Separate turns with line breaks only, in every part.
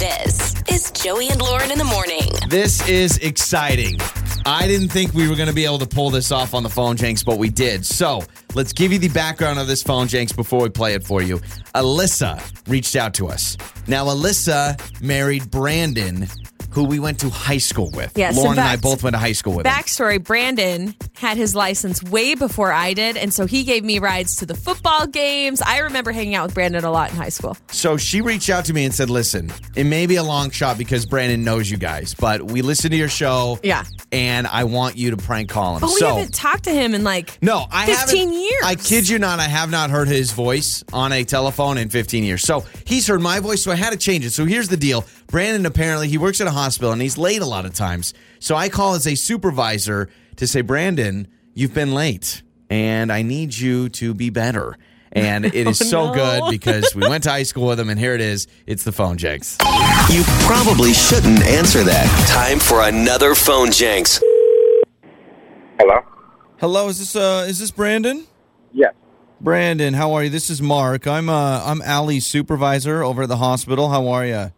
This is Joey and Lauren in the morning.
This is exciting. I didn't think we were going to be able to pull this off on the phone, Jenks, but we did. So let's give you the background of this phone, Jenks, before we play it for you. Alyssa reached out to us. Now, Alyssa married Brandon, who we went to high school with.
Yes, in
Lauren and I
fact-
both went to high school with. him.
Backstory Brandon had his license way before I did, and so he gave me rides to the football games. I remember hanging out with Brandon a lot in high school.
So she reached out to me and said, Listen, it may be a long shot because Brandon knows you guys, but we listen to your show.
Yeah.
And I want you to prank call him.
But we
so,
haven't talked to him in like
No, I
15
haven't,
years.
I kid you not, I have not heard his voice on a telephone in 15 years. So he's heard my voice, so I had to change it. So here's the deal Brandon apparently, he works at a hospital and he's late a lot of times. So I call as a supervisor to say, Brandon, you've been late and I need you to be better. And it is so good because we went to high school with him, and here it is. It's the phone jinx.
You probably shouldn't answer that. Time for another phone janks.
Hello?
Hello, is this uh is this Brandon?
Yes.
Brandon, how are you? This is Mark. I'm uh I'm Allie's supervisor over at the hospital. How are you?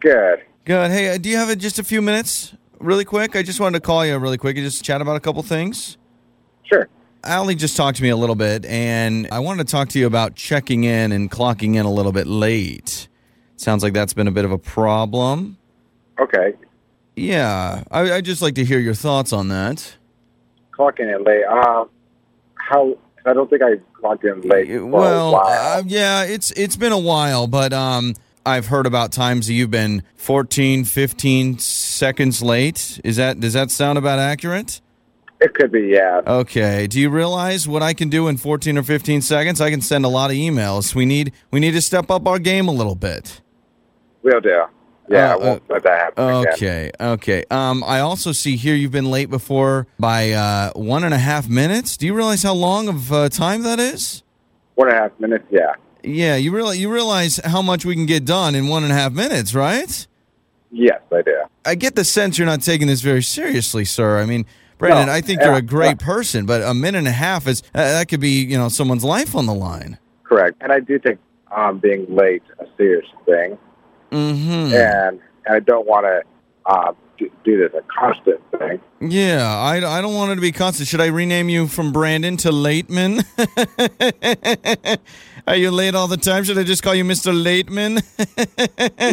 Good.
Good. Hey, uh, do you have uh, just a few minutes, really quick? I just wanted to call you really quick and just chat about a couple things.
Sure.
Allie just talked to me a little bit, and I wanted to talk to you about checking in and clocking in a little bit late. Sounds like that's been a bit of a problem.
Okay.
Yeah, I, I'd just like to hear your thoughts on that.
Clocking in late. Uh, how? I don't think I clocked in late. for a
well,
while.
uh, yeah, it's it's been a while, but um, I've heard about times that you've been 14, 15 seconds late. Is that does that sound about accurate?
it could be, yeah.
Oh. Okay. Do you realize what I can do in 14 or 15 seconds? I can send a lot of emails. We need we need to step up our game a little bit.
Will do.
uh,
Yeah, I won't let that happen again.
Okay. Okay. Um, I also see here you've been late before by uh, one and a half minutes. Do you realize how long of uh, time that is?
One and a half minutes, yeah.
Yeah. You realize you realize how much we can get done in one and a half minutes, right?
Yes, I do.
I get the sense you're not taking this very seriously, sir. I mean, Brandon,
No,
I think
yeah,
you're a great
yeah.
person, but a minute and a half is uh, that could be you know someone's life on the line.
Correct. And I do take um, being late a serious thing.
Mm-hmm.
And, and I don't want to uh, do, do this a constant thing.
Yeah, I, I don't want it to be constant. Should I rename you from Brandon to Lateman? Are you late all the time? Should I just call you Mr. Lateman?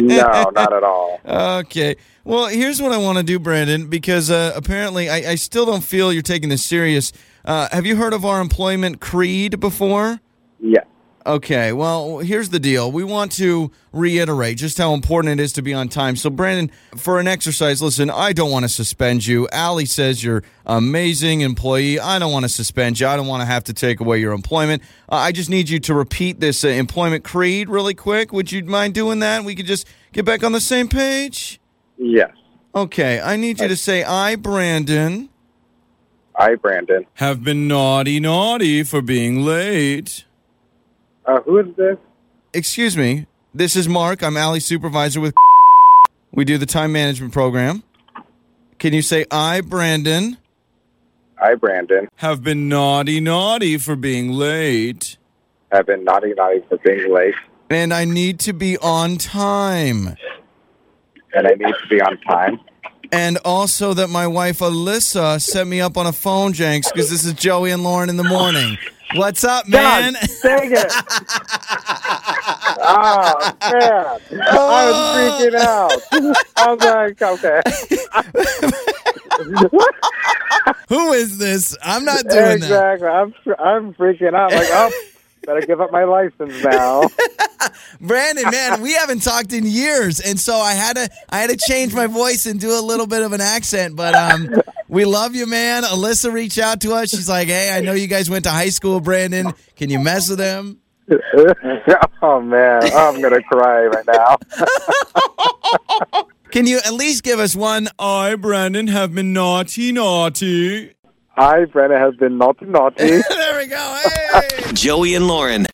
no, not at all.
okay. Well, here's what I want to do, Brandon, because uh, apparently I, I still don't feel you're taking this serious. Uh, have you heard of our employment creed before?
Yes.
Okay, well, here's the deal. We want to reiterate just how important it is to be on time. So, Brandon, for an exercise, listen, I don't want to suspend you. Allie says you're amazing employee. I don't want to suspend you. I don't want to have to take away your employment. Uh, I just need you to repeat this uh, employment creed really quick. Would you mind doing that? We could just get back on the same page.
Yes.
Okay, I need you to say, I, Brandon,
I, Brandon.
have been naughty, naughty for being late.
Uh, who is this?
Excuse me. This is Mark. I'm Alley's supervisor with. We do the time management program. Can you say I, Brandon,
I, Brandon.
have been naughty, naughty for being late,
I've been naughty, naughty for being late.
and I need to be on time,
and I need to be on time.
and also that my wife Alyssa set me up on a phone janks because this is Joey and Lauren in the morning. What's up, man?
Dang it! oh man, I was freaking out. I was like, okay,
Who is this? I'm not doing that.
exactly. I'm I'm freaking out. Like, oh, better give up my license now.
Brandon, man, we haven't talked in years, and so I had to I had to change my voice and do a little bit of an accent. But um, we love you, man. Alyssa reached out to us. She's like, "Hey, I know you guys went to high school, Brandon. Can you mess with him?"
oh man, I'm gonna cry right now.
Can you at least give us one? I, Brandon, have been naughty, naughty.
Hi, Brenna has been naughty, naughty.
there we go. Hey.
Joey and Lauren.